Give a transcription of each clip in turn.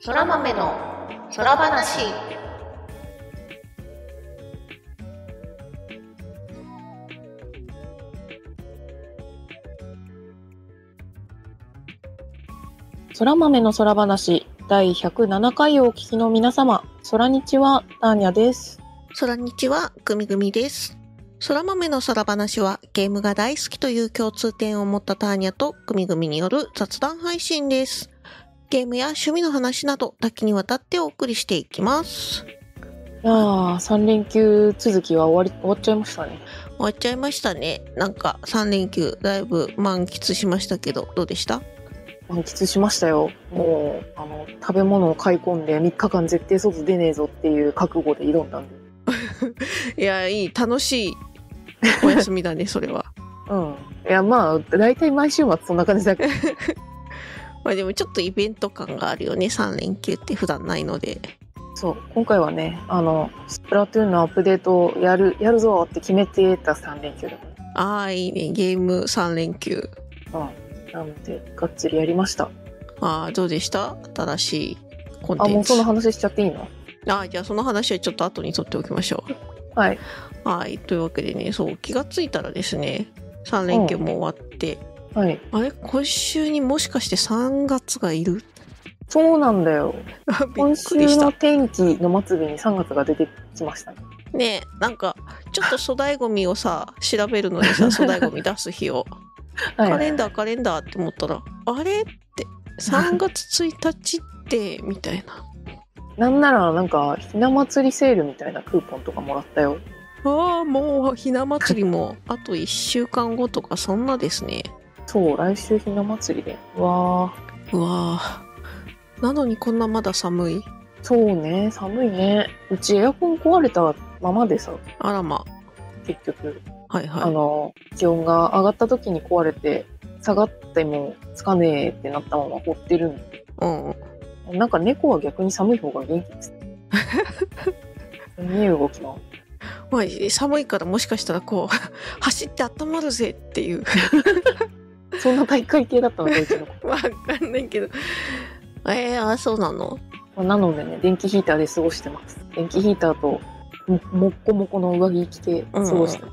そら豆の空話空豆の空話第107回をお聞きの皆様、空日はターニャです。空日はぐみぐみです空豆の空話はゲームが大好きという共通点を持ったターニャとぐみぐみによる雑談配信ですゲームや趣味の話など多岐にわたってお送りしていきますいやー、三連休続きは終わり終わっちゃいましたね。終わっちゃいましたねなんか3連休だいぶ満喫しましたけどどうでした満喫しましたよ。もうあの食べ物を買い込んで3日間絶対外出ねえぞっていう覚悟で挑んだんで。いやいい楽しい お休みだねそれはうん。いやまあ大体毎週末そんな感じだけど。 まあでもちょっとイベント感があるよね3連休って普段ないのでそう今回はねあのスプラトゥーンのアップデートをやるやるぞって決めてた3連休だかああいいねゲーム3連休ら。なのでがっつりやりました。ああどうでした新しいコンあテもンうそツの話しちゃっていいの？ああじゃあその話はちょっと後に取っておきましょはい。うはいというわけでねそう気がついたらですね3連休も終わって、はい。あれ今週にもしかして3月がい るそうなんだよ。あび今っ週くりしのた天気の末尾に3月が出てきましたね。ねえなんかちょっと粗大ごみをさ調べるのに さ粗大ごみ出す日をカはレい。ンダーカレンダーって思ったらあれって3月1日ってみたいななんならなんかひな祭りセールみたいなクーポンとかもらったよ。ああもうひな祭りもあと1週間後とかそんなですねそう、来週ひな祭りで。うわあ、うわあなのにこんなまだ寒いそうね、寒いね。うちエアコン壊れたままでさ、あらま結局、はいあはの、気温が上がった時に壊れて、下がってもつかねえってなったまま放ってるんでいうんなんか猫は逆に寒い方が元 気です。すんげえ動きます。まあ寒いからもしかしたらこう 走って温まるぜっていう そんな体育会系だったのか、うちの子。わかんないけどえー、あそうなのまあなのでね、電気ヒーターで過ごしてます。電気ヒーターとも、もっこもこの上着着て過ごしてます。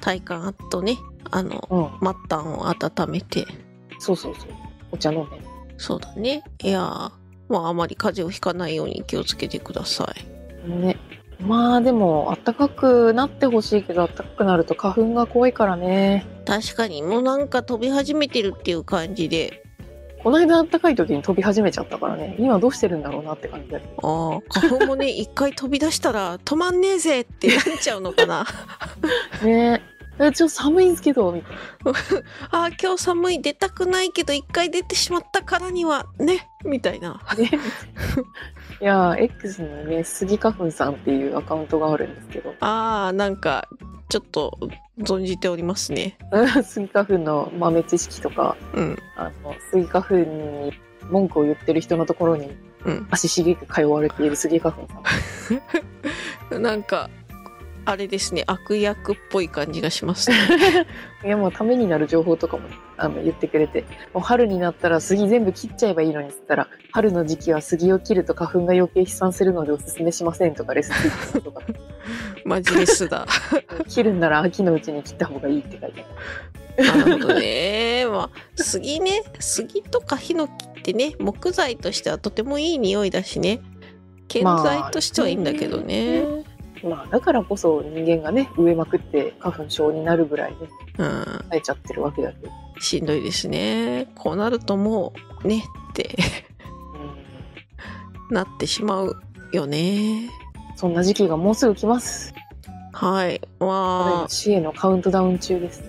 体感とねあのうん、末端を温めてそうそうそう。お茶飲んで。そうだねいやーまああまり風邪をひかないように気をつけてくださいね。まあでも、暖かくなってほしいけど、暖かくなると花粉が怖いからね。確かにもうなんか飛び始めてるっていう感じでこの間暖かい時に飛び始めちゃったからね、今どうしてるんだろうなって感じだけど。ああ花粉もね一回飛び出したら止まんねえぜってなっちゃうのかなねえ。ちょっと寒いんですけど、みたいな。ああ今日寒い出たくないけど一回出てしまったからにはねみたいなねいやー、X にね、杉花粉さんっていうアカウントがあるんですけど、ああなんかちょっと存じておりますね杉花粉の豆知識とか、うんあの、スギ花粉に文句を言ってる人のところにうん足しげく通われているスギ花粉さん。なんかあれですね悪役っぽい感じがしますねいや、もうためになる情報とかもあの言ってくれて、もう春になったら杉全部切っちゃえばいいのにっつったら、春の時期は杉を切ると花粉が余計飛散するのでおすすめしませんとかレスキューさんとか、マジレスだ切るんなら秋のうちに切った方がいいって書いてある。なるほどねまあ杉ね杉とかヒノキってね木材としてはとてもいい匂いだしね建材としてはいいんだけどね、まあ、だからこそ人間がね、植えまくって花粉症になるぐらいね、うん、生えちゃってるわけだけど。しんどいですねこうなるともうねって うんなってしまうよねそんな時期がもうすぐ来ます。はいま私へのカウントダウン中です。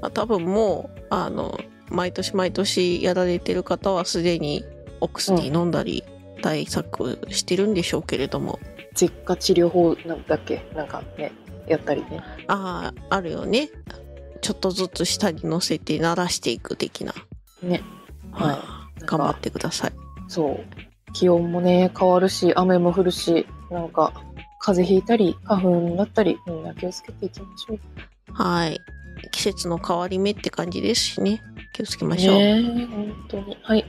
あ多分もうあの毎年毎年やられてる方はすでにお薬飲んだり対策してるんでしょうけれども、実家治療法なんだっけなんかね、やったりね。あああるよねちょっとずつ下に乗せて慣らしていく的なねはいあー頑張ってくださいそう。気温もね、変わるし、雨も降るし、なんか、風邪ひいたり、花粉だったり、みんな気をつけていきましょう。はい季節の変わり目って感じですしね気をつけましょう、ねえ本当に。はい。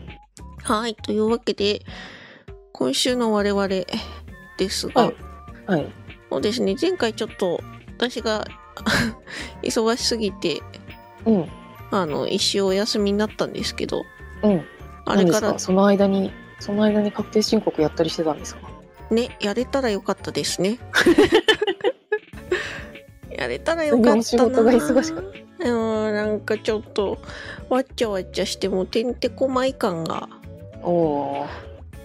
はい、というわけで、今週の我々ですが、はいはい。そうですね前回ちょっと私が 忙しすぎてうん。あの一周お休みになったんですけどうん。あれか何らですその間に、その間に確定申告やったりしてたんですかねやれたらよかったです ねやれたらよかった今なお仕事が忙しかっうんなんかちょっとわっちゃわっちゃしてもうてんてこまい感がた。おー。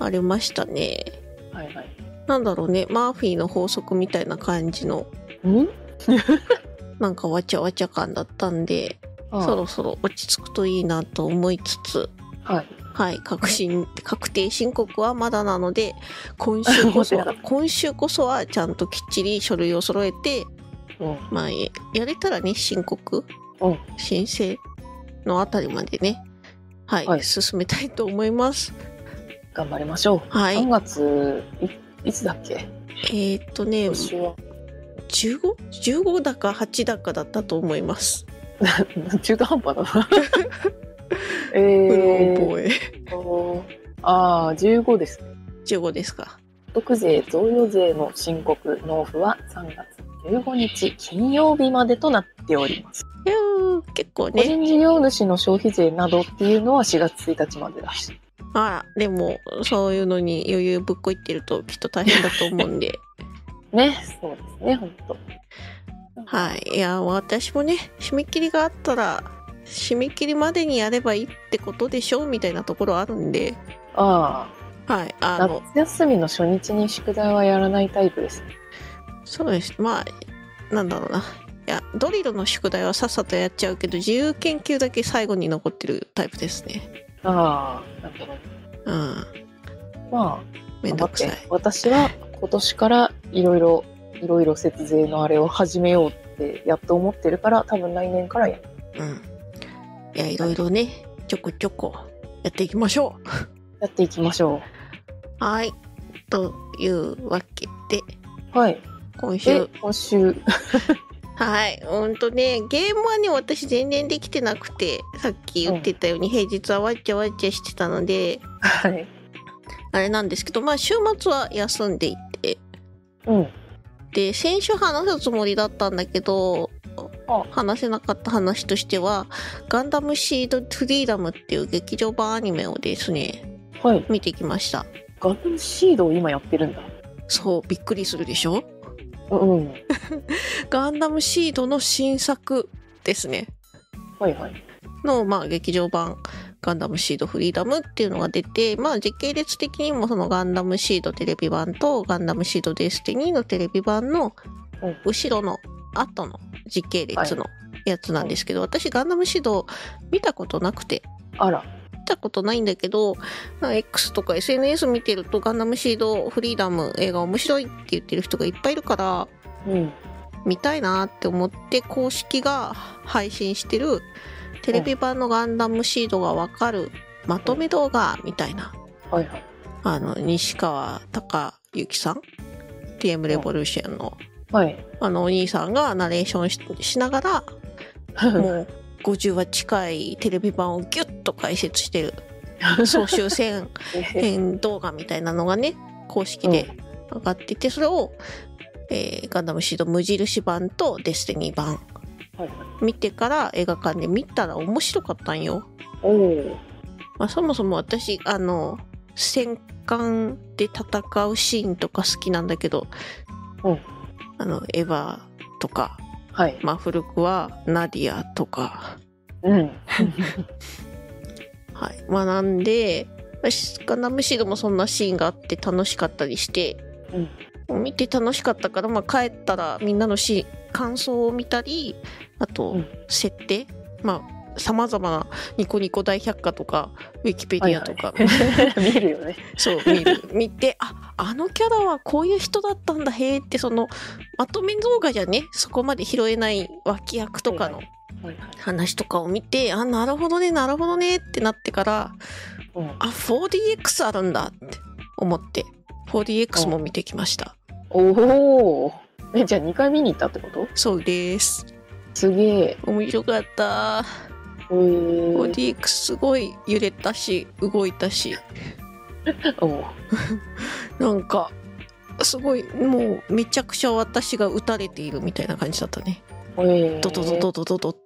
ありましたねはいはい。なんだろうねマーフィーの法則みたいな感じのうんなんかわちゃわちゃ感だったんであーそろそろ落ち着くといいなと思いつつはい。はい確信確定申告はまだなので今週こ そまだは今週こそはちゃんときっちり書類を揃えてうん。まあえやれたらね申告、うん申請のあたりまでねはい、はい進めたいと思います頑張りましょう。はい3月い、いつだっけえーっとね今週は。 15?15 15だか8だかだったと思います。中途半端 だな。えうろー覚え。っと、ああ、15です。 15ですか。特税贈与税の申告納付は3月15日金曜日までとなっております。いやー結構個ね。人事業主の消費税などっていうのは4月1日までだし。あら、でも、そういうのに余裕ぶっこいってるときっと大変だと思うんで。ね、そうですね、本当。はい。いやー、私もね、締め切りがあったら、締め切りまでにやればいいってことでしょうみたいなところあるんで。あはい。ああ、の、夏休みの初日に宿題はやらないタイプです。そうです。まあ、なんだろうな。いや、ドリルの宿題はさっさとやっちゃうけど、自由研究だけ最後に残ってるタイプですね。ああ、なるほど。うん。まあ、めんどくさい頑張って。私は今年からいろいろ、いろいろ節税のあれを始めようってやっと思ってるから、多分来年からやる。うん。いや、いろいろね、ちょこちょこやっていきましょやっていきましょう。はい。というわけで、う。はい。今週で、、今週、はい。ほんとね、ゲームはね、私全然できてなくて、さっき言ってたように、平日はわっちゃわっちゃしてたので、はい。あれなんですけど、まあ、週末は休んでいて、うん。で、先週話すつもりだったんだけどあ、話せなかった話としては、ガンダムシードフリーダムっていう劇場版アニメをですね、はい。見てきました。ガンダムシードを今やってるんだ。そう、びっくりするでしょうん。ガンダムシードの新作ですね。はいはい。の、まあ、劇場版、ガンダムシードフリーダムっていうのが出て、まあ、時系列的にもそのガンダムシードテレビ版と、ガンダムシードデスティニーのテレビ版のうん、後ろの、後の時系列のやつなんですけど、私、ガンダムシード見たことなくて、あら。見たことないんだけど、なんか X とか SNS 見てると、ガンダムシードフリーダム映画面白いって言ってる人がいっぱいいるから、うん。見たいなって思って公式が配信してるテレビ版のガンダムシードがわかるまとめ動画みたいなはいはい。あの西川隆之さん TM レボリューションのはい。あのお兄さんがナレーションししながら もう50話近いテレビ版をギュッと解説してる総集編編動画みたいなのがね公式で上がっててそれを、えーガンダムシード無印版とデスティニー版はいはい。見てから映画館で見たら面白かったんよ。おお。まあ、そもそも私あの戦艦で戦うシーンとか好きなんだけど、うんあのエヴァとか、はい。まあ、古くはナディアとか、 うん。はい、学んで私ガンダムシードもそんなシーンがあって楽しかったりして、見て楽しかったから、まあ、帰ったらみんなのし感想を見たりあうとん設定、まあさまざまなニコニコ大百科とかウィキペディアとか、 見るよね。そう見る 見てああのキャラはこういう人だったんだへえってそのまとめ動画じゃねそこまで拾えない脇役とかのはいはい。話とかを見てあなるほどねなるほどねってなってからうん。あ 4DX あるんだって思って 4DX も見てきました。おお。え、じゃあ2回見に行ったってことそうですすげえ。面白かったえー 4DX すごい揺れたし動いたしおうなんかすごいもうめちゃくちゃ私が打たれているみたいな感じだったねえードドドドドドド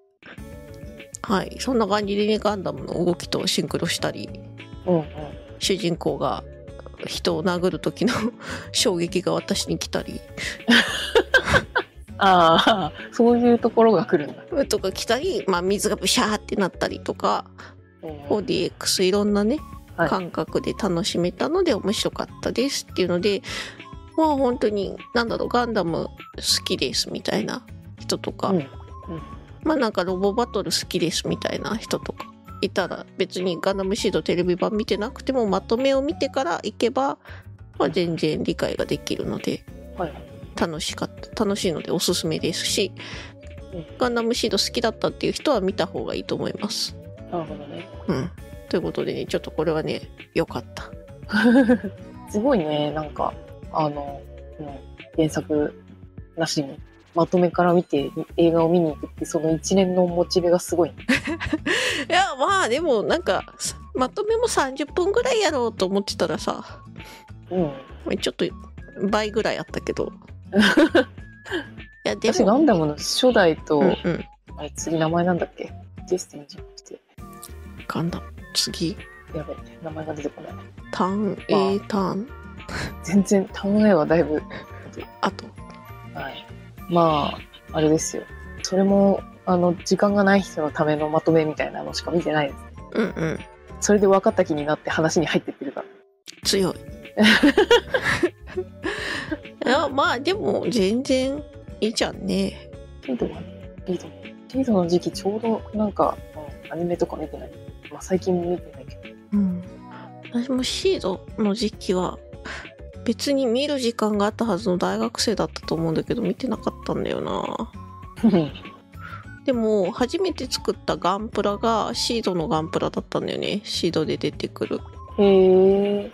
はいそんな感じでねガンダムの動きとシンクロしたりうんうん主人公が人を殴る時の 衝撃が私に来たりああ そういうところが来るんだ、とか来たり、まあ、水がブシャーってなったりとかうん 4DX いろんなね、はい感覚で楽しめたので面白かったですっていうのでまあ本当になんだろうガンダム好きですみたいな人とか、うんうんまあなんかロボバトル好きですみたいな人とかいたら別にガンダムシードテレビ版見てなくてもまとめを見てから行けば、まあ、全然理解ができるのではい楽しかった楽しいのでおすすめですしうんガンダムシード好きだったっていう人は見た方がいいと思います。なるほどねうん、ということでねちょっとこれはね良かった。 すごいねなんかあの、うん、原作なしにまとめから見て映画を見に行くってその一連のモチベがすごいねいやまあでもなんかさまとめも30分ぐらいやろうと思ってたらさうんちょっと倍ぐらいあったけ どいやで私ガもンダムの初代と、うんうんあれ次名前なんだっけジェスティンじゃなくてガンダム次やべ名前が出てこないターン A ターン全然タムネはだいぶあとはいまああれですよそれもあの時間がない人のためのまとめみたいなのしか見てないですうんうんそれで分かった気になって話に入ってってるから 強いいやまあでも全然いいじゃんねテイドはねリードリードの時期ちょうどなんか、うんアニメとか見てないまあ最近も見てないけどうん私もシードの時期は別に見る時間があったはずの大学生だったと思うんだけど見てなかったんだよな でも初めて作ったガンプラがシードのガンプラだったんだよねシードで出てくるへえ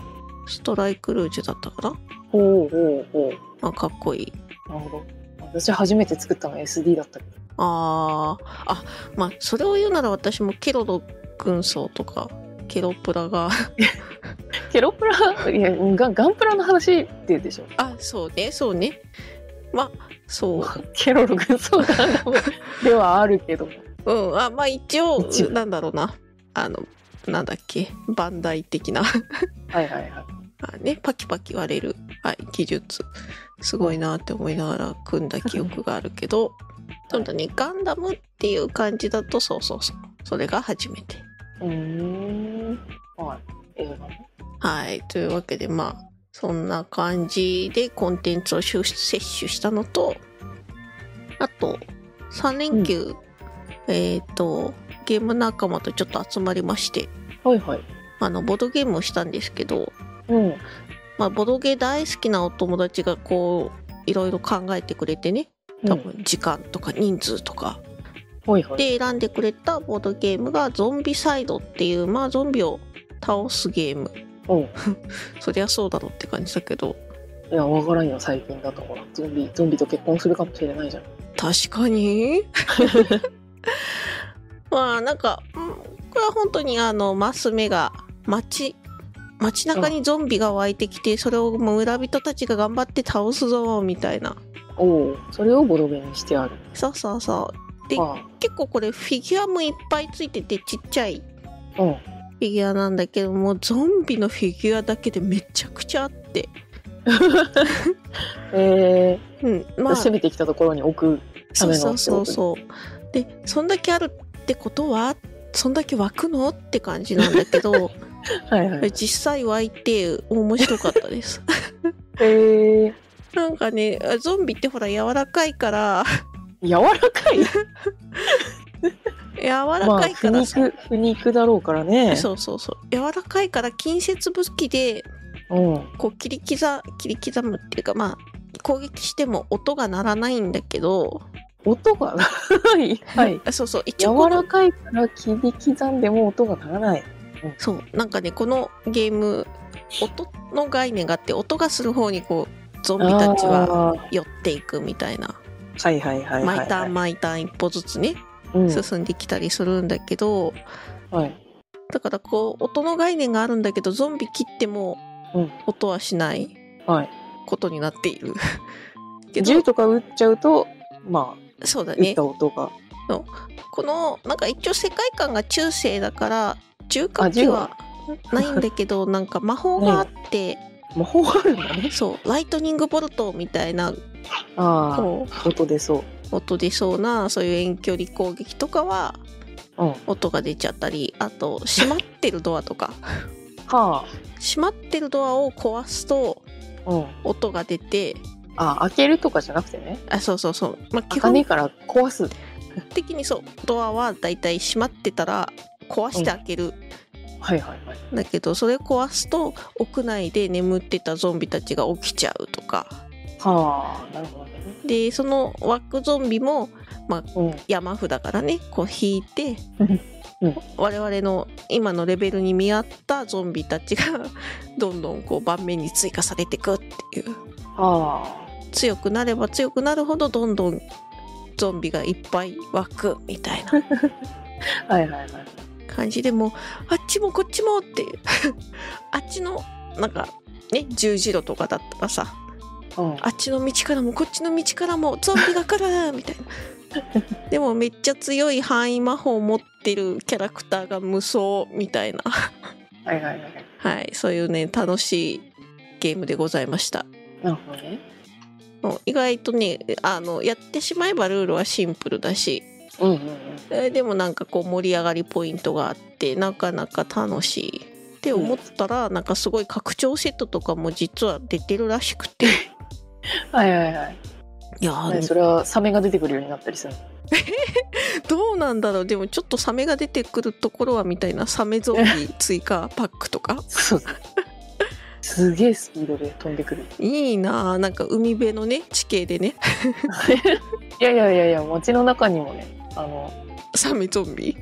ストライクルージュだったかな、ほうほうほうまあ、かっこいいなるほど私初めて作ったの SD だったけどあーあまあそれを言うなら私もケロロ軍曹とかケロプラがケロプラいやガガンプラの話ってでしょあそうねそうねまあそケロロ軍曹ガンダム ではあるけどもううんあまあ一応一応なんだろうなあのなんだっけバンダイ的な はいはいはいあねパキパキ割れる、はい、技術すごいなって思いながら組んだ記憶があるけどそうだねガンダムっていう感じだとそうそうそうそれが初めてうーんはい映画ねはい。というわけで、まあ、そんな感じでコンテンツを摂取したのと、あと、3連休、えっ、と、ゲーム仲間とちょっと集まりまして、はいはいあの、ボードゲームをしたんですけど、うんはまあ、ボードゲー大好きなお友達がこう、いろいろ考えてくれてね、多分時間とか人数とか、いはいで選んでくれたボードゲームがゾンビサイドっていう、まあ、ゾンビを倒すゲーム。うんそりゃそうだろうって感じだけど、いやわからんよ最近だとほらゾンビゾンビと結婚するかもしれないじゃん確かにまあなんかうんこれは本当にあのマス目が街街中にゾンビが湧いてきてそれを村人たちが頑張って倒すぞみたいなおおそれをボドゲにしてあるそうそうそうであ結構これフィギュアもいっぱいついててちっちゃいあうんフィギュアなんだけどもゾンビのフィギュアだけでめちゃくちゃあって、えうん、ーまあ攻めてきたところに置くためのそうそうそうそうでそんだけあるってことはそんだけ湧くのって感じなんだけどはいはい実際湧いて面白かったです えーなんかねゾンビってほら柔らかいから柔らかい柔らまあかいか腐らさ、肉腐肉だろうからねそうそうそう柔らかいから近接武器でうんこう切り刻切り刻むっていうかまあ攻撃しても音が鳴らないんだけど、音がない はいあそうそう一応柔このらかいから切り刻んでも音が鳴らない。そうなんかねこのゲーム音の概念があって音がする方にこうゾンビたちはあー寄っていくみたいなはいはいはいはい、はい。毎ターン毎ターン一歩ずつねうん進んできたりするんだけどはい。だからこう音の概念があるんだけどゾンビ切ってもうん音はしないはいことになってい るけど銃とか撃っちゃうとまそうだあ撃っねた音がこのなんか一応世界観が中世だから重火あ器銃ははないんだけどなんか魔法があって、魔法があるん だねそうライトニングボルトみたいな あこあ音出そうう音出そうなそういう遠距離攻撃とかはうんは音が出ちゃったりあと閉まってるドアとかあ閉まってるドアを壊すとうん音が出てあ開けるとかじゃなくてねあそうそうそう、まあ、基開かねえ本から壊す的にそうドアはだいたい閉まってたら壊して開ける、はいはいはいだけどそれ壊すと屋内で眠ってたゾンビたちが起きちゃうとかはあなるほどねでその枠ゾンビもうん山札からねこう引いて、うん我々の今のレベルに見合ったゾンビたちが どんどんこう盤面に追加されていくっていうは強くなれば強くなるほどどんどんゾンビがいっぱい湧くみたいなあはいはいはい感じでもうあっちもこっちもっていう あっちのなんかね十字路とかだったらさうんあっちの道からもこっちの道からもゾンビが来る みたいなでもめっちゃ強い範囲魔法を持ってるキャラクターが無双みたいなはいはいはいはいそういうね楽しいゲームでございましたなるほどねもう意外とねあのやってしまえばルールはシンプルだしうんうんうんえーでもなんかこう盛り上がりポイントがあってなかなか楽しいって思ったら、なんかすごい拡張セットとかも実は出てるらしくてはいはいはい いやーねそれはサメが出てくるようになったりするのどうなんだろうでもちょっとサメが出てくるところはみたいなサメゾンビ追加パックとかそうだすげえスピードで飛んでくる いいなあなんか海辺のね地形で ねいやいやいやいや街の中にもねあのサメゾンビ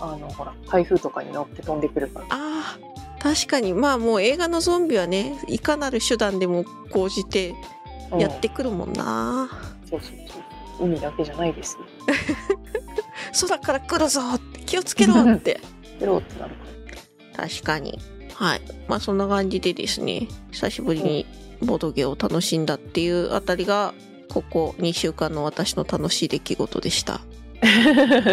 あのほら台風とかに乗って飛んでくるからあー確かにまあもう映画のゾンビはねいかなる手段でも講じてうんやってくるもんな、そうそうそう海だけじゃないですよ空から来るぞって気をつけろって ペロってなるか確かにはいまあそんな感じでですね久しぶりにボドゲを楽しんだっていうあたりがここ2週間の私の楽しい出来事でした ら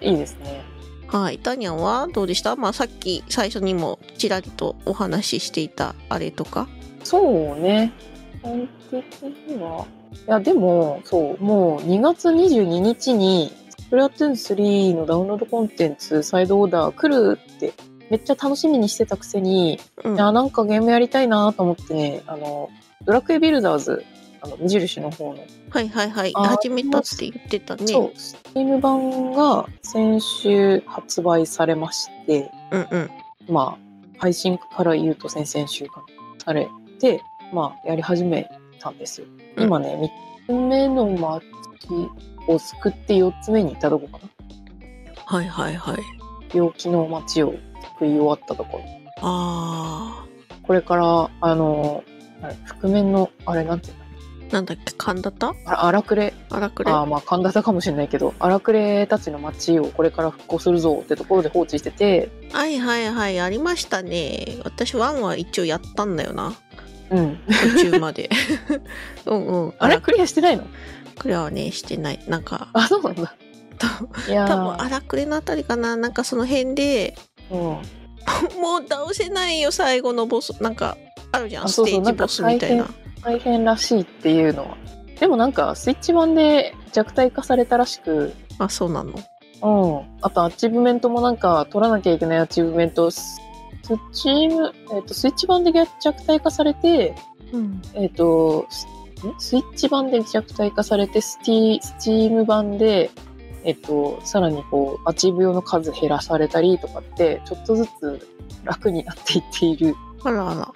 いいですねはい、タニャンはどうでした、まあ、さっき最初にもちらりとお話ししていたあれとかそうね基本的にはいやでもそうもう2月22日に「プラトゥーン3」のダウンロードコンテンツサイドオーダー来るってめっちゃ楽しみにしてたくせにうんいやなんかゲームやりたいなと思ってねあのドラクエビルダーズあの無印の方の、はいはいはいあー始めたって言ってたねそうスチーム版が先週発売されましてうんうんまあ配信から言うと先々週かなされてまあやり始めたんですようん今ね、三3つ目の巻を救って4つ目に行ったとこかなはいはいはい病気の街を救い終わったところあこれからあのあれ覆面のあれなんていうのーなんだっけ神田田あ荒くれ荒くれあーまあ神田さんかもしれないけど荒くれたちの町をこれから復興するぞってところで放置しててはいはいはいありましたね私ワンは一応やったんだよなうん途中ま でうんうんあれ荒クリアしてないのくれはねしてないなんかあそうなんだいや 多ー分荒くれのあたりかななんかその辺でうん、もう倒せないよ最後のボスなんかあるじゃんあそうスそうテージボスみたいななん大変らしいっていうのはでもなんかスイッチ版で弱体化されたらしくあそうなのうんあとアチーブメントもなんか取らなきゃいけないアチーブメントススチーム、えっとスイッチ版で弱体化されてうんえっ、と、スんスイッチ版で弱体化されて、スティスチーム版で、えっ、と、さらにこう、アチーブ用の数減らされたりとかって、ちょっとずつ楽になっていっている。あらあら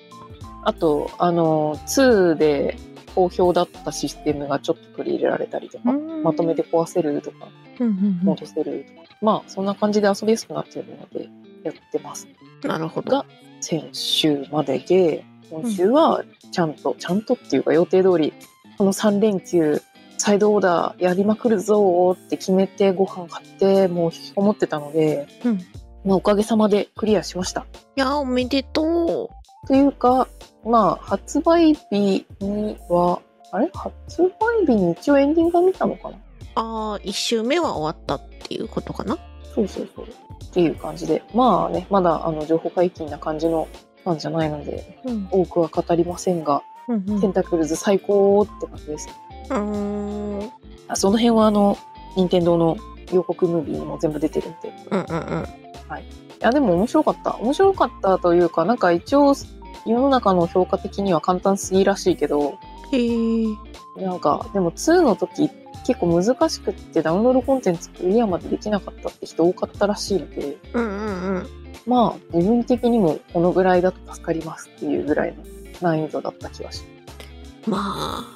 あと、あの、2で好評だったシステムがちょっと取り入れられたりとか、まとめて壊せるとか、うんうんう戻せるとか、まあ、そんな感じで遊びやすくなっているので、やってます。んなるほどが先週までで今週はちゃんと、ちゃんとっていうか予定通りこの3連休サイドオーダーやりまくるぞーって決めてご飯買ってもう引きこもってたのでうんまあ、おかげさまでクリアしました。いやーおめでとというか、まあ、発売日には、あれ発売日に一応エンディングが見たのかなうああ1周目は終わったっていうことかなそうそうそう。っていう感じで、まあね、まだあの情報解禁な感じのファンじゃないので、うん多くは語りませんが、うんうテんンタクルズ最高って感じです。うんうんあその辺はあの、任天堂の予告ムービーにも全部出てるんで。いうんうんや、でも面白かった。面白かったというか、なんか一応、世の中の評価的には簡単すぎらしいけど、へーなんか、でも2の時、結構難しくってダウンロードコンテンツクリアまでできなかったって人多かったらしいので、うんうんうんまあ、自分的にもこのぐらいだと助かりますっていうぐらいの難易度だった気がしまあ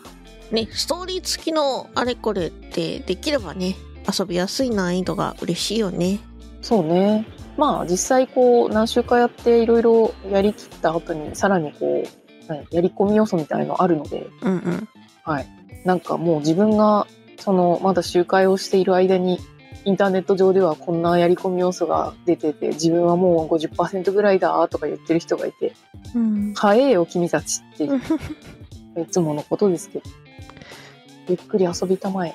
ねストーリー付きのあれこれってできればね遊びやすい難易度が嬉しいよねます。そうね。まあ、実際こう、何週かやっていろいろやりきった後に、さらにこう、何やり込み要素みたいのあるので、うんうんなんかもう自分が、その、まだ集会をしている間に、インターネット上ではこんなやり込み要素が出てて、自分はもう50%ぐらいだとか言ってる人がいて、 うん早えよ、君たちって、いつものことですけど、ゆっくり遊びたまえ。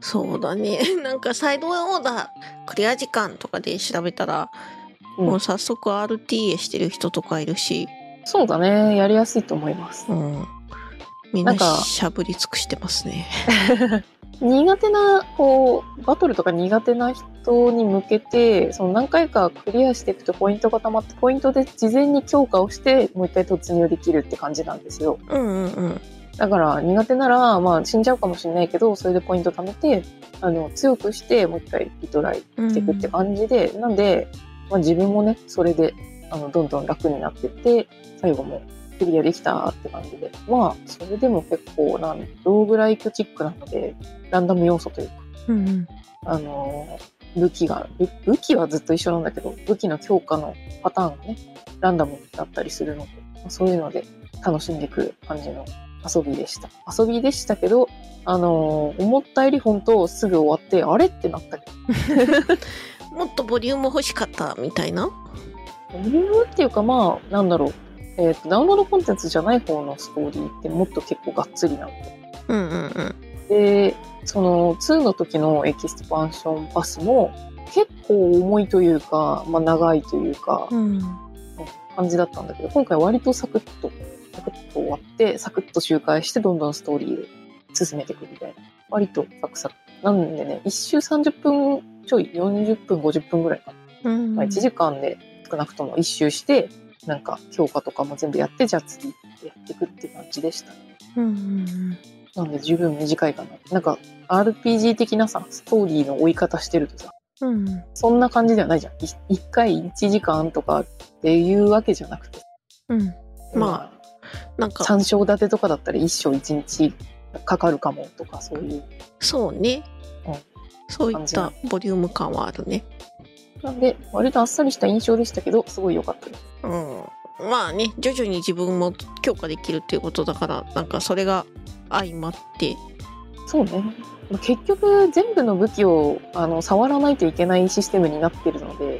そうだね なんかサイドオーダークリア時間とかで調べたら、うんもう早速 RTA してる人とかいるし、そうだね。やりやすいと思いますう。ん、みんななんかしゃぶり尽くしてます ね。苦手な、こう、バトルとか苦手な人に向けて、その何回かクリアしていくとポイントが溜まって、ポイントで事前に強化をして、もう一回突入できるって感じなんですよ。うんうんうんだから苦手なら、まあ死んじゃうかもしれないけど、それでポイント貯めて、あの、強くして、もう一回リトライうんしていくって感じで、なんで、まあ自分もね、それで、あの、どんどん楽になってって、最後もクリアできたって感じで。まあ、それでも結構、なん、ローグライクチックなので、ランダム要素というか、うんうんあのー武器が、武武器はずっと一緒なんだけど、武器の強化のパターンがね、ランダムだったりするので、まあそういうので楽しんでいく感じの遊びでした。遊びでしたけど、あのー思ったより本当すぐ終わって、あれってなったけもっとボリューム欲しかったみたいな。ど、ボリュームっていうかまあ、なんだろう、えーと、ダウンロードコンテンツじゃない方のストーリーってもっと結構がっつりなので、うんうんうんでその2の時のエキスパンションパスも結構重いというか、まあ、長いというかうん感じだったんだけど今回割とサクッとサクッと終わってサクッと周回してどんどんストーリーを進めていくみたいな割とサクサクなんでね1周30分ちょい40分50分ぐらいかな、うんまあ、1時間で少なくとも1周してなんか強化とかも全部やってじゃあ次やっていくって感じでしたうんうんなんで十分短いかな。なんか RPG 的なさ、ストーリーの追い方してるとさ、うんうんそんな感じではないじゃん。い一回一時間とかっていうわけじゃなくて。うんまあ、なんか三章立てとかだったら一章一日かかるかもとか、そういう。そうね、うんそういっ感じたがボリューム感はあるね。なんで、割とあっさりした印象でしたけど、すごい良かったです。うん、まあね徐々に自分も強化できるっていうことだからなんかそれが相まってそうね。まあ結局、全部の武器をあの触らないといけないシステムになってるので、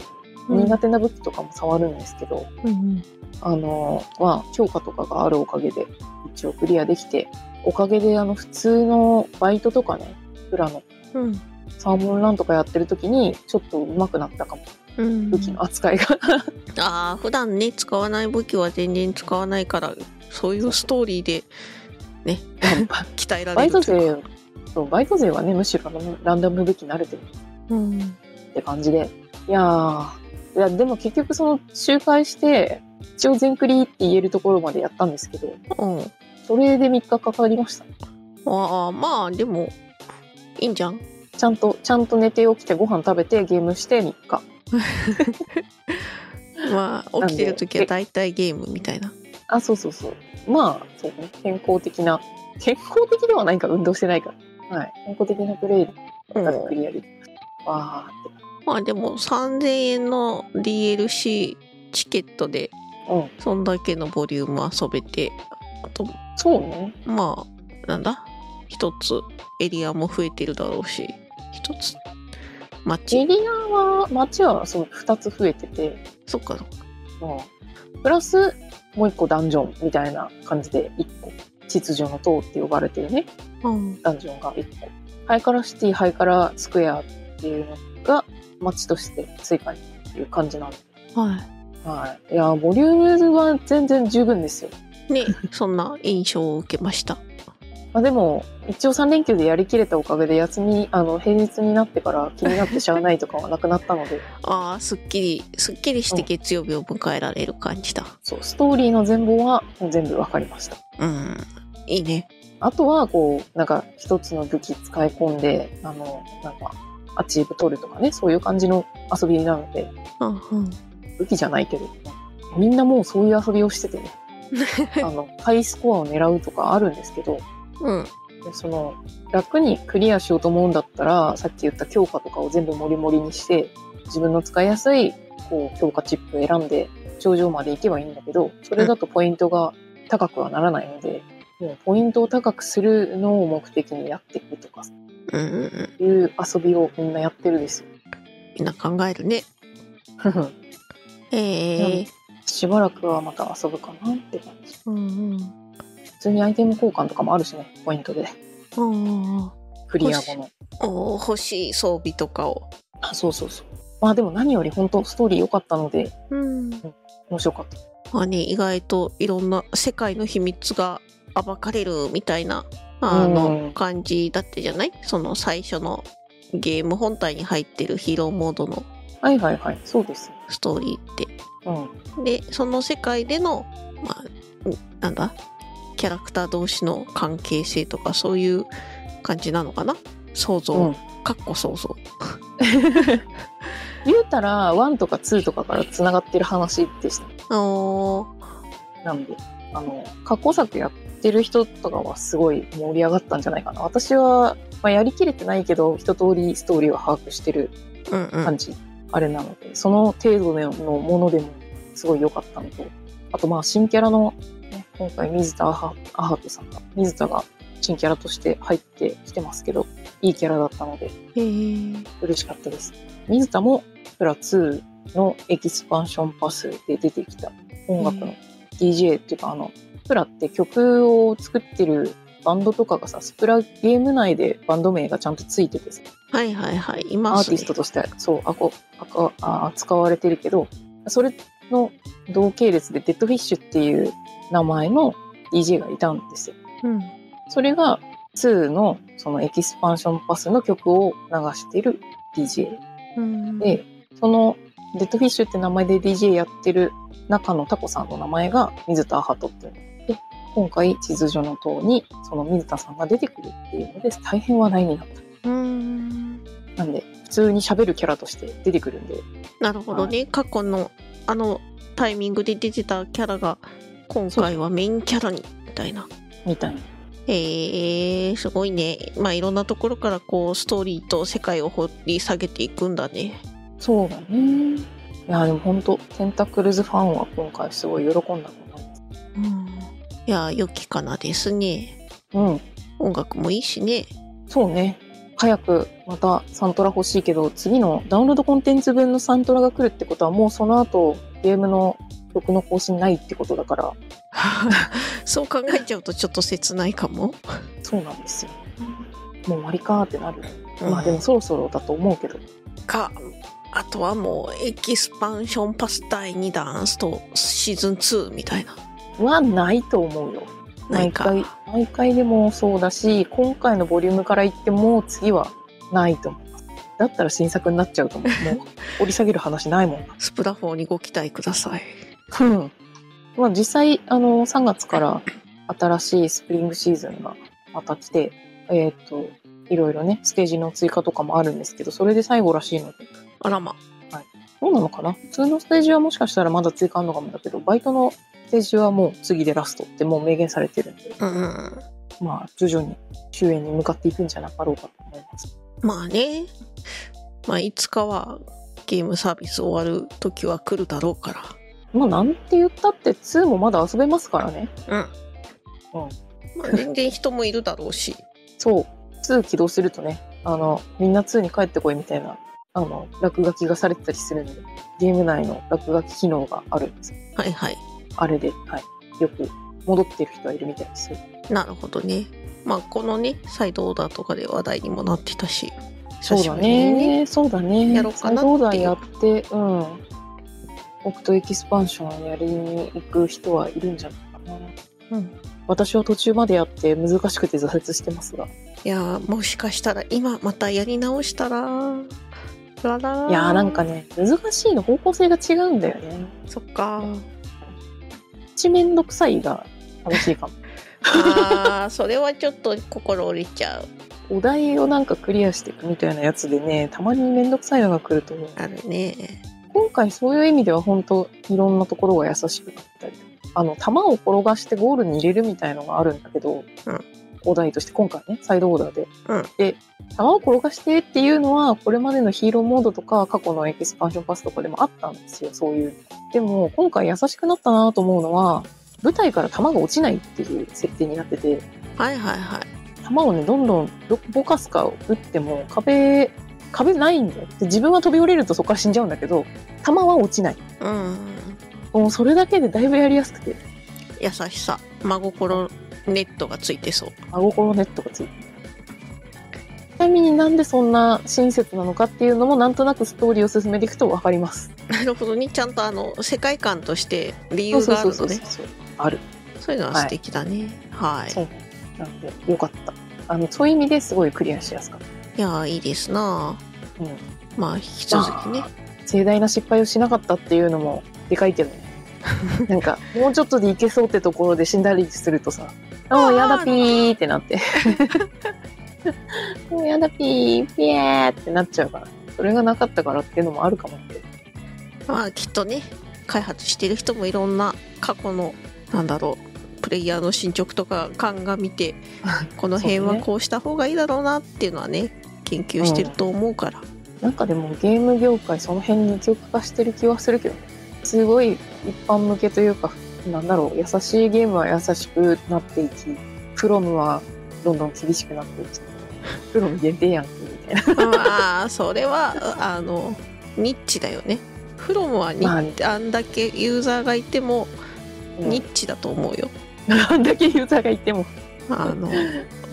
苦手な武器とかも触るんですけど、うんあの、まあ、強化とかがあるおかげで、一応クリアできて、おかげで、あの、普通のバイトとかね、プラのうんサーモンランとかやってる時に、ちょっと上手くなったかも、うん武器の扱い が。ああ普段ね使わない武器は全然使わないからそういうストーリーでね鍛えらバれイるトとい勢うか、そうバイト勢はね、むしろあのランダム武器慣れてるうん、って感じで。いやー、いや、でも結局その、周回して、一応全クリって言えるところまでやったんですけど、うん、それで3日かかりました。ああまあでもいいんじゃんちゃんと、ちゃんと寝て起きてご飯食べてゲームして3日。まあ起きてる時は大体ゲームみたいなあ、そうそうそう。まあ、そうね。健康的な、健康的ではないか、運動してないから。はい。健康的なプレイうんがクリアできます。わーって。まあでも3000円の DLC チケットでうん。そんだけのボリューム遊べてあとそうね。まあなんだ一つエリアも増えてるだろうし一つエ街。リアは町はそう2つ増えてて、そっかそっか。まあ、プラスもう1個ダンジョンみたいな感じで1個秩序の塔って呼ばれてるねうん。ダンジョンが1個ハイカラシティハイカラスクエアっていうのが町として追加にっていう感じなんで、ははい、いやボリュームは全然十分ですよ、い。ね、そんな印象を受けました。まあ、でも一応3連休でやりきれたおかげで休みあの平日になってから気になってしゃあないとかはなくなったのでああ、すっきり、すっきりして月曜日を迎えられる感じだ。そうストーリーの全貌はもう全部わかりましたうん。いいね。あとは、こう、なんか、一つの武器使い込んで、あの、なんか、アチーブ取るとかね、そういう感じの遊びなので、うんうん。武器じゃないけど、みんなもうそういう遊びをしててね、あの、ハイスコアを狙うとかあるんですけど、うん。その、楽にクリアしようと思うんだったら、さっき言った強化とかを全部モリモリにして、自分の使いやすい、こう、強化チップを選んで、頂上まで行けばいいんだけど、それだとポイントが高くはならないので、もうポイントを高くするのを目的にやっていくとか、そうんうんうん。ういう遊びをみんなやってるんですよ。みんな考えるね。 ええしばらくはまた遊ぶかなって感じ。うんうん。普通にアイテム交換とかもあるしね、ポイントで。うんうん。クリア後の。おー欲しい装備とかを。あ、そうそうそう。まあでも何より本当ストーリー良かったので、うん。面白かった。まあね、意外といろんな世界の秘密が暴かれるみたいなあうのん感じだったじゃないその最初のゲーム本体に入ってるヒーローモードのはいはいはい、そうです。ストーリーって。うん。でその世界での、まあ、んなんだキャラクター同士の関係性とかそういう感じなのかな想像、うん、かっこ想 像言うたら1とか2とかからつながってる話でしたおなんであの過去作やってる人とかはすごい盛り上がったんじゃないかな私は、まあ、やりきれてないけど一通りストーリーは把握してるーうんうん、感じ、あれなのでその程度のものでもすごい良かったのとあとまあ新キャラの、ね、今回水田アハアハトさんが水田が新キャラとして入ってきてますけどいいキャラだったのでへー嬉しかったです。水田もプラ2のエキスパンションパスで出てきた音楽うんの DJ っていうか、あの、プラって曲を作ってるバンドとかがさ、スプラゲーム内でバンド名がちゃんとついててさ、はいはいはいいアまーす、テね、ィストとして、そう、あこあこあ扱われてるけど、それの同系列でデッドフィッシュっていう名前の DJ がいたんですよ。うんそれが2のそのエキスパンションパスの曲を流してる DJ うんで、そのデッドフィッシュって名前で DJ やってる中のタコさんの名前が水田アハトっていうので、今回、地図上の塔にその水田さんが出てくるっていうので、大変話題になっうんた。なんで、普通に喋るキャラとして出てくるんで、なるほどね、過去のあのタイミングで出てたキャラが今回はメインキャラにみたいなみたいな。へえー、すごいねまあいろんなところからこうストーリーと世界を掘り下げていくんだねそうだね。いや、でも本当テンタクルズファンは今回すごい喜んだと思います。うんいや良きかなですねうん、音楽もいいしね そうね。早くまたサントラ欲しいけど、次のダウンロードコンテンツ分のサントラが来るってことは、もうその後、ゲームの曲の更新ないってことだから、そう考えちゃうとちょっと切ないかも、そうなんですよ。もうマリカーってなる。まあでもそろそろだと思うけど。かあとはもうエキスパンションパス第2弾ストシーズン2みたいなはないと思うよ。ない毎か回、毎回でもそうだし、今回のボリュームから言っても次はないと思います。だったら新作になっちゃうと思う。もう掘り下げる話ないもんな。スプラフォーにご期待ください。うん。まあ実際、あの、3月から新しいスプリングシーズンがまた来て、えーっと、いろいろね、ステージの追加とかもあるんですけど、それで最後らしいので、あらま。どうなのかな普通のステージはもしかしたらまだ追加あるのかもだけど、バイトのステージはもう次でラストってもう明言されてるんで、うんうん。まあ徐々に終焉に向かっていくんじゃなかろうかと思います。まあね。まあいつかはゲームサービス終わる時は来るだろうかまあなんて言ったって2もまだ遊べますからね。ら。うん。まあ全然人もいるだろうし。 そう。2起動するとね、あの、みんな2に帰ってこいみたいなあの落書きがされてたりするんでゲーム内の落書き機能があるんですはいはい。あれで、はい、よく戻ってる人はいるみたいですよなるほどね。まあ、このね、サイドオーダーとかで話題にもなってたし、そうだねそうだねやろうかなっていうサイドオーダーやってうんオクトエキスパンションやりに行く人はいるんじゃないかなうん。私は途中までやって難しくて挫折してますがいやー、もしかしたら今またやり直したら、ララいやーなんか。ね難しいの方向性が違うんだよねそっ か。一面倒くさいが楽しいかもああ、それはちょっと心折れちゃう。お題をなんかクリアしていくみたいなやつでねたまに面倒くさいのが来ると思うあるね。今回そういう意味では本当いろんなところが優しくなったりあの球を転がしてゴールに入れるみたいのがあるんだけど、うんお題として今回ねサイドオーダーで、うんで球を転がしてっていうのはこれまでのヒーローモードとか過去のエキスパンションパスとかでもあったんですよそういうでも今回優しくなったなと思うのは舞台から球が落ちないっていう設定になっててはいはいはい。球をねどんどんどぼかすか打っても壁壁ないんだよで自分は飛び降りるとそこから死んじゃうんだけど球は落ちないうん。もうそれだけでだいぶやりやすくて、優しさ。真心ネットがついてそう。 真心ネットがついてる。ちなみになんでそんな親切なのかっていうのもなんとなくストーリーを進めていくとわかります。なるほどね。ちゃんとあの、世界観として理由があるのね。そう。ある。そういうのは素敵だね。はい。そう。なんで、よかった。あの、そういう意味ですごいクリアしやすかっいやーいいですなた。うん。あまあ引き続きねまあ。盛大な失敗をしなかったっていうのもでかいけどね。なんか、もうちょっとでいけそうってところで死んだりするとさ、あーああ、やだピーってなって。もうやだピー、ピエーってなっちゃうから。それがなかったからっていうのもあるかもって。まあきっとね開発してる人もいろんな過去のなんだろうプレイヤーの進捗とか鑑みてこの辺そうはねこうした方がいいだろうなっていうのはね研究してると思うから、なんかでもゲーム業界その辺に強化化してる気はするけどね、すごい一般向けというか、なんだろう、優しいゲームは優しくなっていき、プロムはどんどん厳しくなっていき、プロム限定やんけ、みたいな。まあそれはあのニッチだよねフロムはニまあッチ、あ、んだけユーザーがいてもニッチだと思うよ、 なんだけユーザーがいてもあの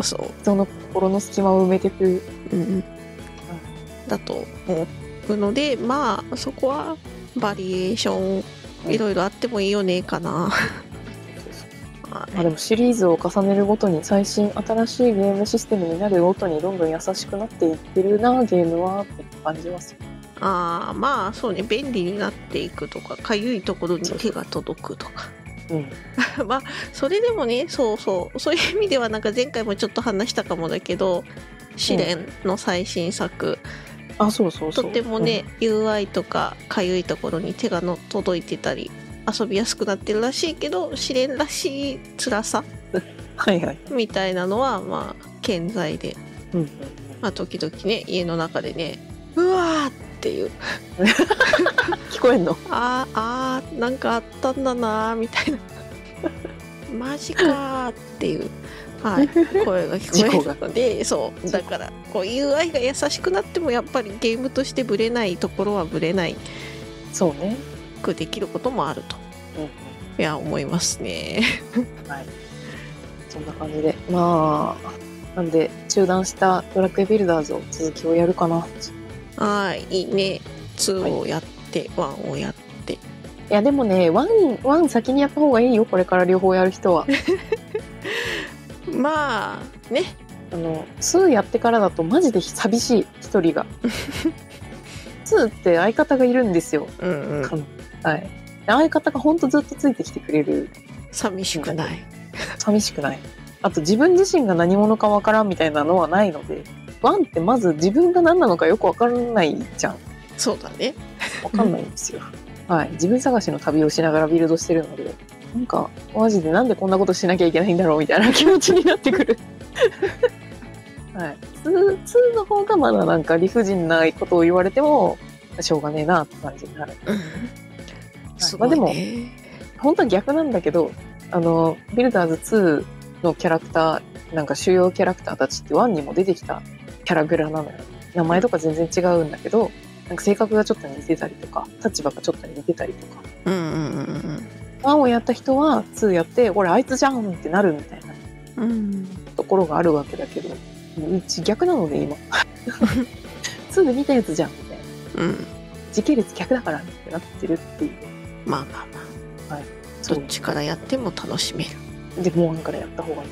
そ人の心の隙間を埋めてくう、うん、だと思うのでまあそこはバリエーションいろいろあってもいいよねかな、 まあでもシリーズを重ねるごとに最新新しいゲームシステムになるごとにどんどん優しくなっていってるなゲームはって感じますああまあそうね便利になっていくとかかゆいところに手が届くとかうんまあそれでもねそうそうそういう意味ではなんか前回もちょっと話したかもだけど「試練」の最新作、あそうそうそうとってもね、UI とかかゆいところに手がの届いてたり遊びやすくなってるらしいけど試練らしい辛さうんはいはい、みたいなのはまあ健在で、うんうんまあ、時々ね家の中でねうわーっていう聞こえんのあーあーなんかあったんだなーみたいな マジかーっていう、はい、声が聞こえるの でそうだからこう UI が優しくなってもやっぱりゲームとしてブレないところはブレないそうね、くできることもあるとういや思いますね ん、はいそんな感じでまあなんで中断したドラクエビルダーズを続きをやるかなはいいいね2をやって1をやっていやでもねワンワン先にやった方がいいよこれから両方やる人はまあねあの2やってからだとマジで寂しい一 人が2って相方がいるんですよ、うんうんはいで相方がほんとずっとついてきてくれる寂しくない寂しくないあと自分自身が何者かわからんみたいなのはないので1ってまず自分が何なのかよくわからないじゃんそうだねわかんないんですよ、はい自分探しの旅をしながらビルドしてるのでなんかマジでなんでこんなことしなきゃいけないんだろうみたいな気持ちになってくる はい普通普通の方がまだなんか理不尽なことを言われてもしょうがねえなって感じになるうんすまごいあでもね、本当は逆なんだけどあのビルダーズ2のキャラクターなんか主要キャラクターたちって1にも出てきたキャラグラなのよ名前とか全然違うんだけどなんか性格がちょっと似てたりとか立場がちょっと似てたりとかうんうんうん1をやった人は2やって「俺あいつじゃん!」ってなるみたいなうんうんところがあるわけだけどうち逆なので今2で見たやつじゃんみたいなうん時系列逆だからってなってるっていうまあまあまあそどうっちからやっても楽しめるでもうなんからやった方がいい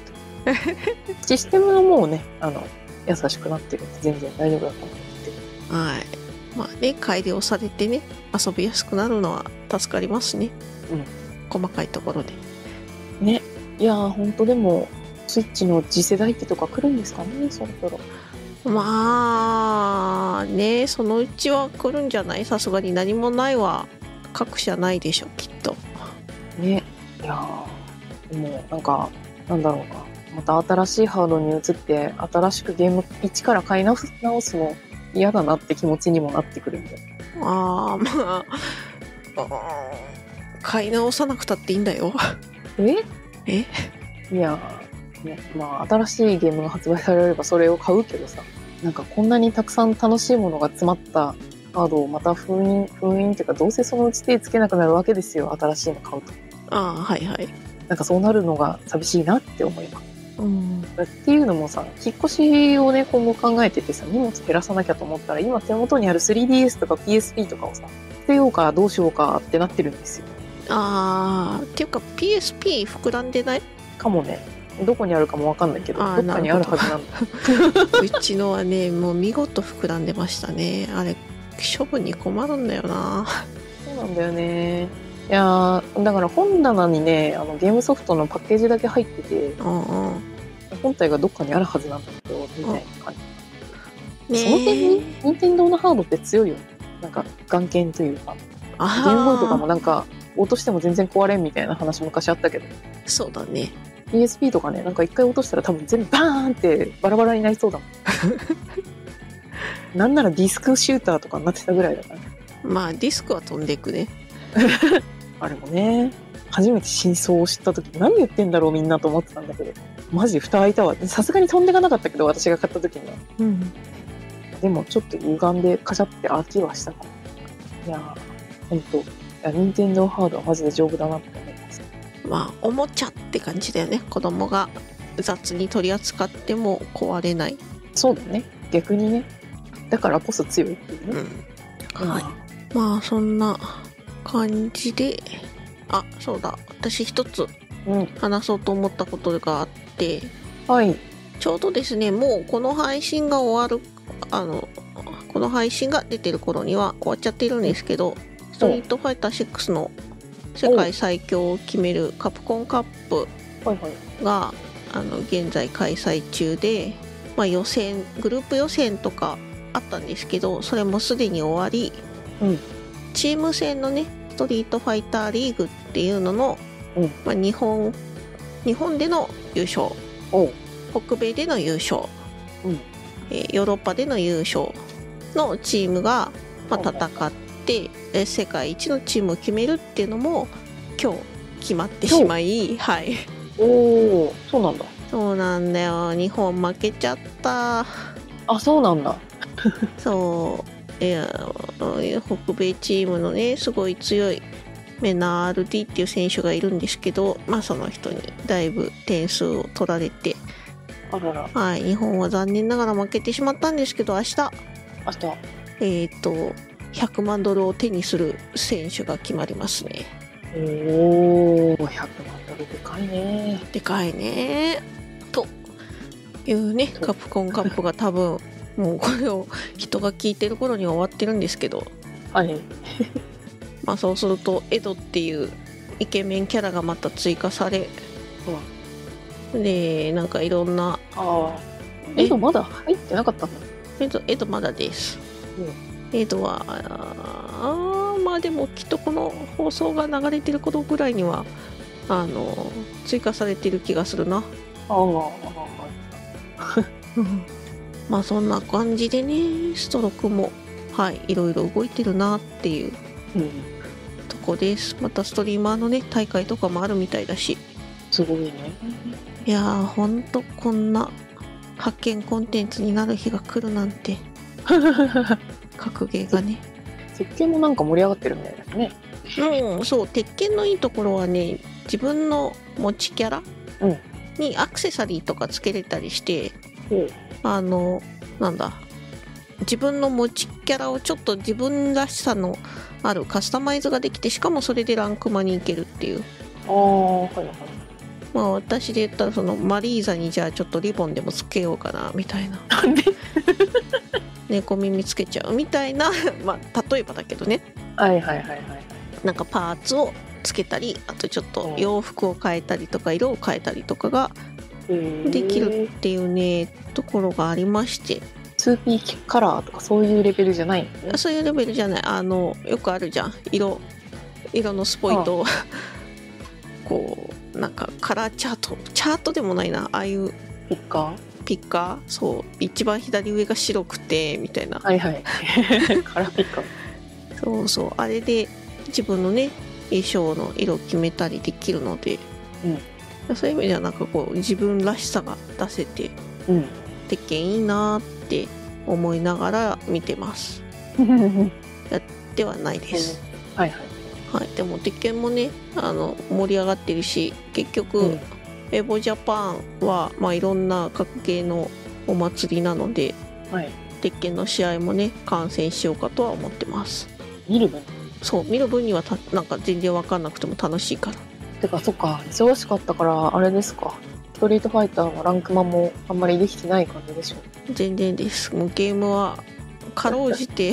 とシステムがもうねあの優しくなってるんで全然大丈夫だと思ってはいまあね改良されてね遊びやすくなるのは助かりますねうん細かいところでねいやーほんとでもスイッチの次世代機とか来るんですかねそろそろまあねそのうちは来るんじゃないさすがに何もないは各社ないでしょきっとねいやーもうなんかなんだろうなまた新しいハードに移って新しくゲーム一から買い直す直すの嫌だなって気持ちにもなってくるんでああまああー買い直さなくたっていいんだよええいやー、ね、まあ新しいゲームが発売されればそれを買うけどさなんかこんなにたくさん楽しいものが詰まったカードをまた封印封印っていうかどうせそのうち手つけなくなるわけですよ新しいの買うとああはいはいなんかそうなるのが寂しいなって思いますうんっていうのもさ引っ越しをね今後考えててさ荷物減らさなきゃと思ったら今手元にある 3DS とか PSP とかをさ捨てようかどうしようかってなってるんですよああっていうか PSP 膨らんでないかもねどこにあるかもわかんないけどあどーっかにあるはずなんだうちのはねもう見事膨らんでましたねあれ処分に困るんだよなそうなんだよねいやーだから本棚にねあのゲームソフトのパッケージだけ入っててうんうん本体がどっかにあるはずなんだけどみたいな感じ、その点ねに任天堂のハードって強いよねなんか眼見というかゲームボーイとかもあなんか落としても全然壊れんみたいな話昔あったけどーそうだね PSP とかねなんか一回落としたら多分全部バーンってバラバラになりそうだも んなんならディスクシューターとかになってたぐらいだからまあディスクは飛んでいくねあれもね初めて真相を知った時何言ってんだろうみんなと思ってたんだけどマジ蓋開いたわさすがに飛んでかなかったけど私が買った時にはうんでもちょっと歪んでカシャって開きはしたからいやーほんといや任天堂ハードはマジで丈夫だなって思いますまあおもちゃって感じだよね子供が雑に取り扱っても壊れないそうだね逆にねだからこそ強いっていううね、んうんはいまあそんな感じであそうだ私一つうん話そうと思ったことがあってはいちょうどですねもうこの配信が終わるあのこの配信が出てる頃には終わっちゃってるんですけど「ストリートファイター6」の世界最強を決めるカプコンカップはいはいがあの現在開催中で、まあ、予選グループ予選とかあったんですけどそれもすでに終わり、うんチーム戦のねストリートファイターリーグっていうのの、うんまあ、日本日本での優勝おう北米での優勝、うんえーヨーロッパでの優勝のチームが、まあ、戦って、えー世界一のチームを決めるっていうのも今日決まってしまい、はい、おーそうなんだそうなんだよ日本負けちゃったあそうなんだそういや北米チームのねすごい強いメナールディっていう選手がいるんですけど、まあ、その人にだいぶ点数を取られて、あららはい、日本は残念ながら負けてしまったんですけど明日、明日えー、と100万ドルを手にする選手が決まりますね。おお100万ドルでかいねでかいねというねカプコンカップが多分 もうこれを人が聞いてる頃には終わってるんですけどはいまあそうするとエドっていうイケメンキャラがまた追加されでなんかいろんなああええとまだ入ってなかったんだエドエドまだですうんエドはあーまあでもきっとこの放送が流れてる頃ぐらいにはあの追加されてる気がするなああうんまあそんな感じでねストロクもはいいろいろ動いてるなっていううんとこですまたストリーマーのね大会とかもあるみたいだしすごい ねいやーほんとこんな発見コンテンツになる日が来るなんて格ゲーがね設計もなんか盛り上がってるみたいですね。うんそう鉄拳のいいところはね自分の持ちキャラうんにアクセサリーとかつけれたりして、ほうあのなんだ自分の持ちキャラをちょっと自分らしさのあるカスタマイズができてしかもそれでランクマに行けるっていうああ、はいはいはい。まあ私で言ったらそのマリーザにじゃあちょっとリボンでもつけようかなみたいななんで猫耳つけちゃうみたいな まあ例えばだけどねはいはいはいはい。なんかパーツをつけたりあとちょっと洋服を変えたりとか色を変えたりとかがえーできるっていうねところがありまして 2P カラーとかそういうレベルじゃないのねそういうレベルじゃないあのよくあるじゃん色色のスポイトを こうなんかカラーチャートチャートでもないなああいうピッカーピッカーそう一番左上が白くてみたいな、はい はい。カラーピッカー。そうそうあれで自分のね衣装の色を決めたりできるので、そういう意味ではなんかこう自分らしさが出せてうん。鉄拳いいなーって思いながら見てますではないです、 はいははい。い、でも鉄拳もねあの盛り上がってるし結局、うんエボジャパンは、まあ、いろんな格ゲーのお祭りなのではい。鉄拳の試合もね観戦しようかとは思ってます見る分。そう見る分にはたなんか全然わかんなくても楽しいからてかそっか忙しかったからあれですかストリートファイターはランクマもあんまりできてない感じでしょ全然ですもうゲームはかろうじて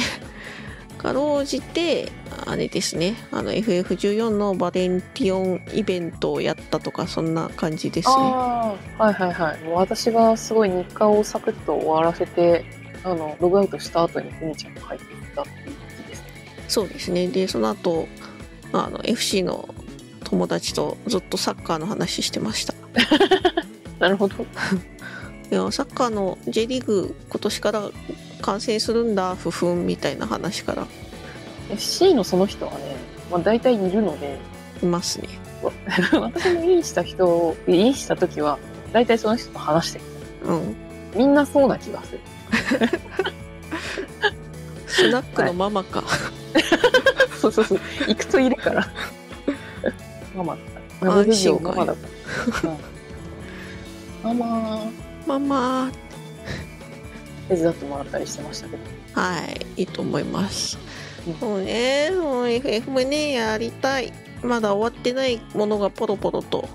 かろうじてあれですねあの FF14 のバレンティオンイベントをやったとかそんな感じですねああはいはいはいもう私がすごい日課をサクッと終わらせてあのログアウトした後にふみちゃんが入ってきたっていう時ですねそうですねでその後あの FC の友達とずっとサッカーの話してましたなるほどいやサッカーの J リーグ今年から観戦するんだふふんみたいな話から FC のその人はね、まあ、大体いるので いますね私もインした人をインした時は大体その人と話してるうんみんなそうな気がするスナックのママか、そうそうそう。行くといるから。ママだった。ラブビデオママだった。うんママママー手伝ってもらったりしてましたけど。はい、いいと思います。うんそうね、もう FF もね、やりたい。まだ終わってないものがポロポロと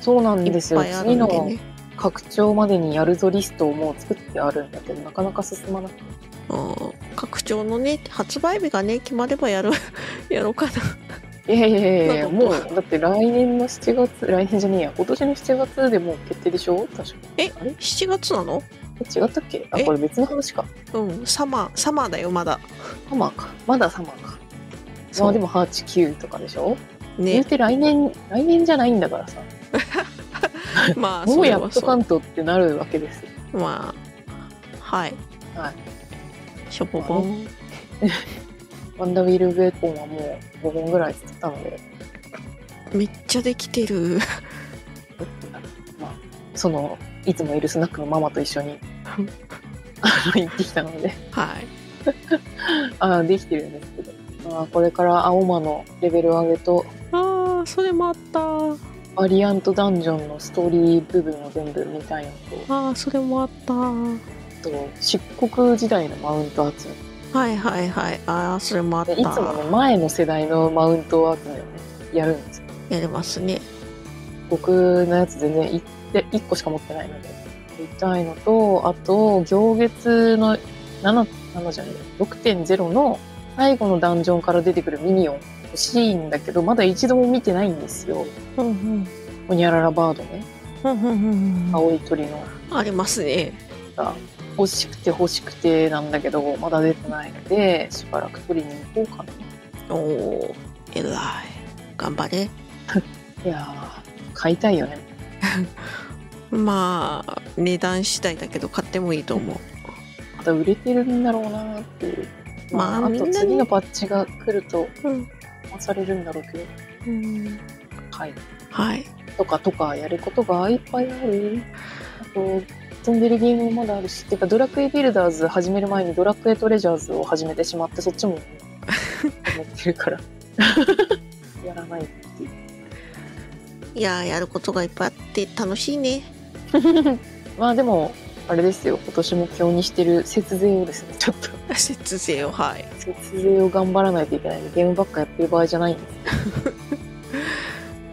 そうなんいっですよ。ぱいある次んでのね。拡張までにやるぞリストをもう作ってあるんだけど、なかなか進まなくて。うん拡張のね、発売日がね、決まればやる、 やろうかな。いやいやいやいなや、んかもこう、うだって来年の7月、来年じゃねえや、今年の7月でもう決定でしょ確か。えあれえ7月なの違ったっけあ、えこれ別の話か。うん、サマー、サマーだよ、まだ。サマーか。まだサマーか。そまあうでも8、9とかでしょ言うね、て来年、来年じゃないんだからさ。まあ、 もそうれやっはとそかう。んとってなるわけですよ。まあ、はい。はい。しょぼぼん。ワンダーウィル・ベーコンはもう5本ぐらい作ったので、めっちゃできてる。 その、いつもいるスナックのママと一緒に、あの、行ってきたので、はい。ああ、できてるんですけど、あーこれから青マのレベル上げと、ああ、それもあった。バリアントダンジョンのストーリー部分を全部見たいのああ、それもあった。と、あと、漆黒時代のマウント集め。はいはいはいああそれもあったでいつもね、前の世代のマウント集めをね、やるんですよ。やりますね僕のやつ全然いで1個しか持ってないのでやりたいのとあと行月の 7, 7じゃねえ6.0の最後のダンジョンから出てくるミニオン欲しいんだけどまだ一度も見てないんですようんうんホニャララバードねうんうんうん青い鳥のありますねが欲しくて欲しくてなんだけどまだ出てないのでしばらく取りに行こうかなおお偉い頑張れいやー買いたいよねまあ値段次第だけど買ってもいいと思うまた売れてるんだろうなっていうまああみんなとね次のパッチが来るとうん、回されるんだろうけどうん、はいはいとかとかやることがいっぱいある。あと、飛んでるゲームもまだあるし、てかドラクエビルダーズ始める前にドラクエトレジャーズを始めてしまって、そっちも思ってるから。 やらない。いやーやることがいっぱいあって楽しいねまあでも、あれですよ、今年目標にしてる節税をですね、ちょっと、節制をはい節税を頑張らないといけないんで、ゲームばっかやってる場合じゃないんです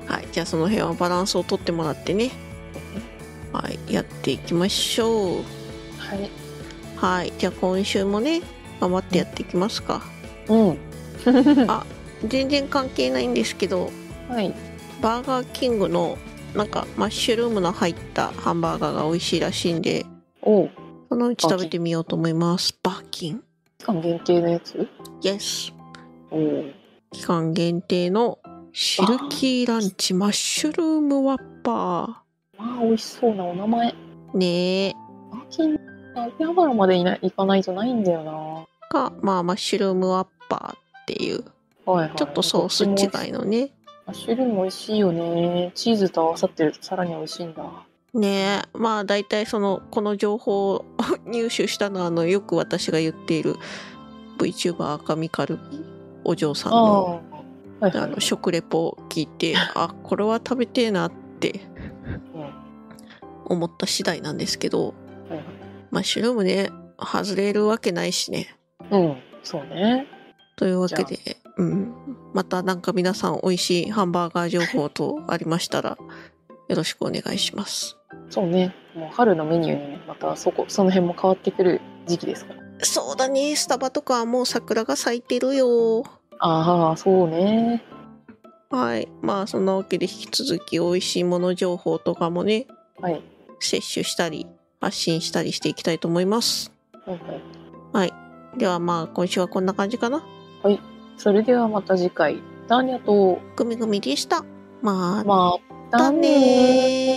はいじゃあその辺はバランスをとってもらってねはいやっていきましょうはい。はいじゃあ今週もね頑張ってやっていきますかうん。全然関係ないんですけどはい。バーガーキングのなんかマッシュルームの入ったハンバーガーが美味しいらしいんでおう、そのうち食べてみようと思いますバーキン期間限定のやつ Yes おう。期間限定のシルキーランチマッシュルームワッパまあ、美味しそうなお名前。ーねえバーキン、秋葉原までいない行かないとないんだよな。がまあマッシュルームワッパーっていうはいはい、ちょっとソースどっちも違いのねマッシュルーム美味しいよね。チーズと合わさってるとさらに美味しいんだ。ねえまあ大体そのこの情報を入手したのはあのよく私が言っている VTuber 赤身カルビお嬢さんああ。のはいあはいの。食レポを聞い てあこれは食べてえなってうんはい思った次第なんですけどはいマッシュルームね外れるわけないしねうん、そうね。というわけで、うん、またなんか皆さん美味しいハンバーガー情報とありましたらよろしくお願いしますそうね。もう春のメニューにね、またそこ、その辺も変わってくる時期ですから。そうだねスタバとかはもう桜が咲いてるよああ、そうね。はいまあそんなわけで引き続き美味しいもの情報とかもねはい。はい摂取したり発信したりしていきたいと思いますはい。はいではまあ今週はこんな感じかなそれではまた次回。ダーニャと、グミグミでしたまあまたまたねねー。ー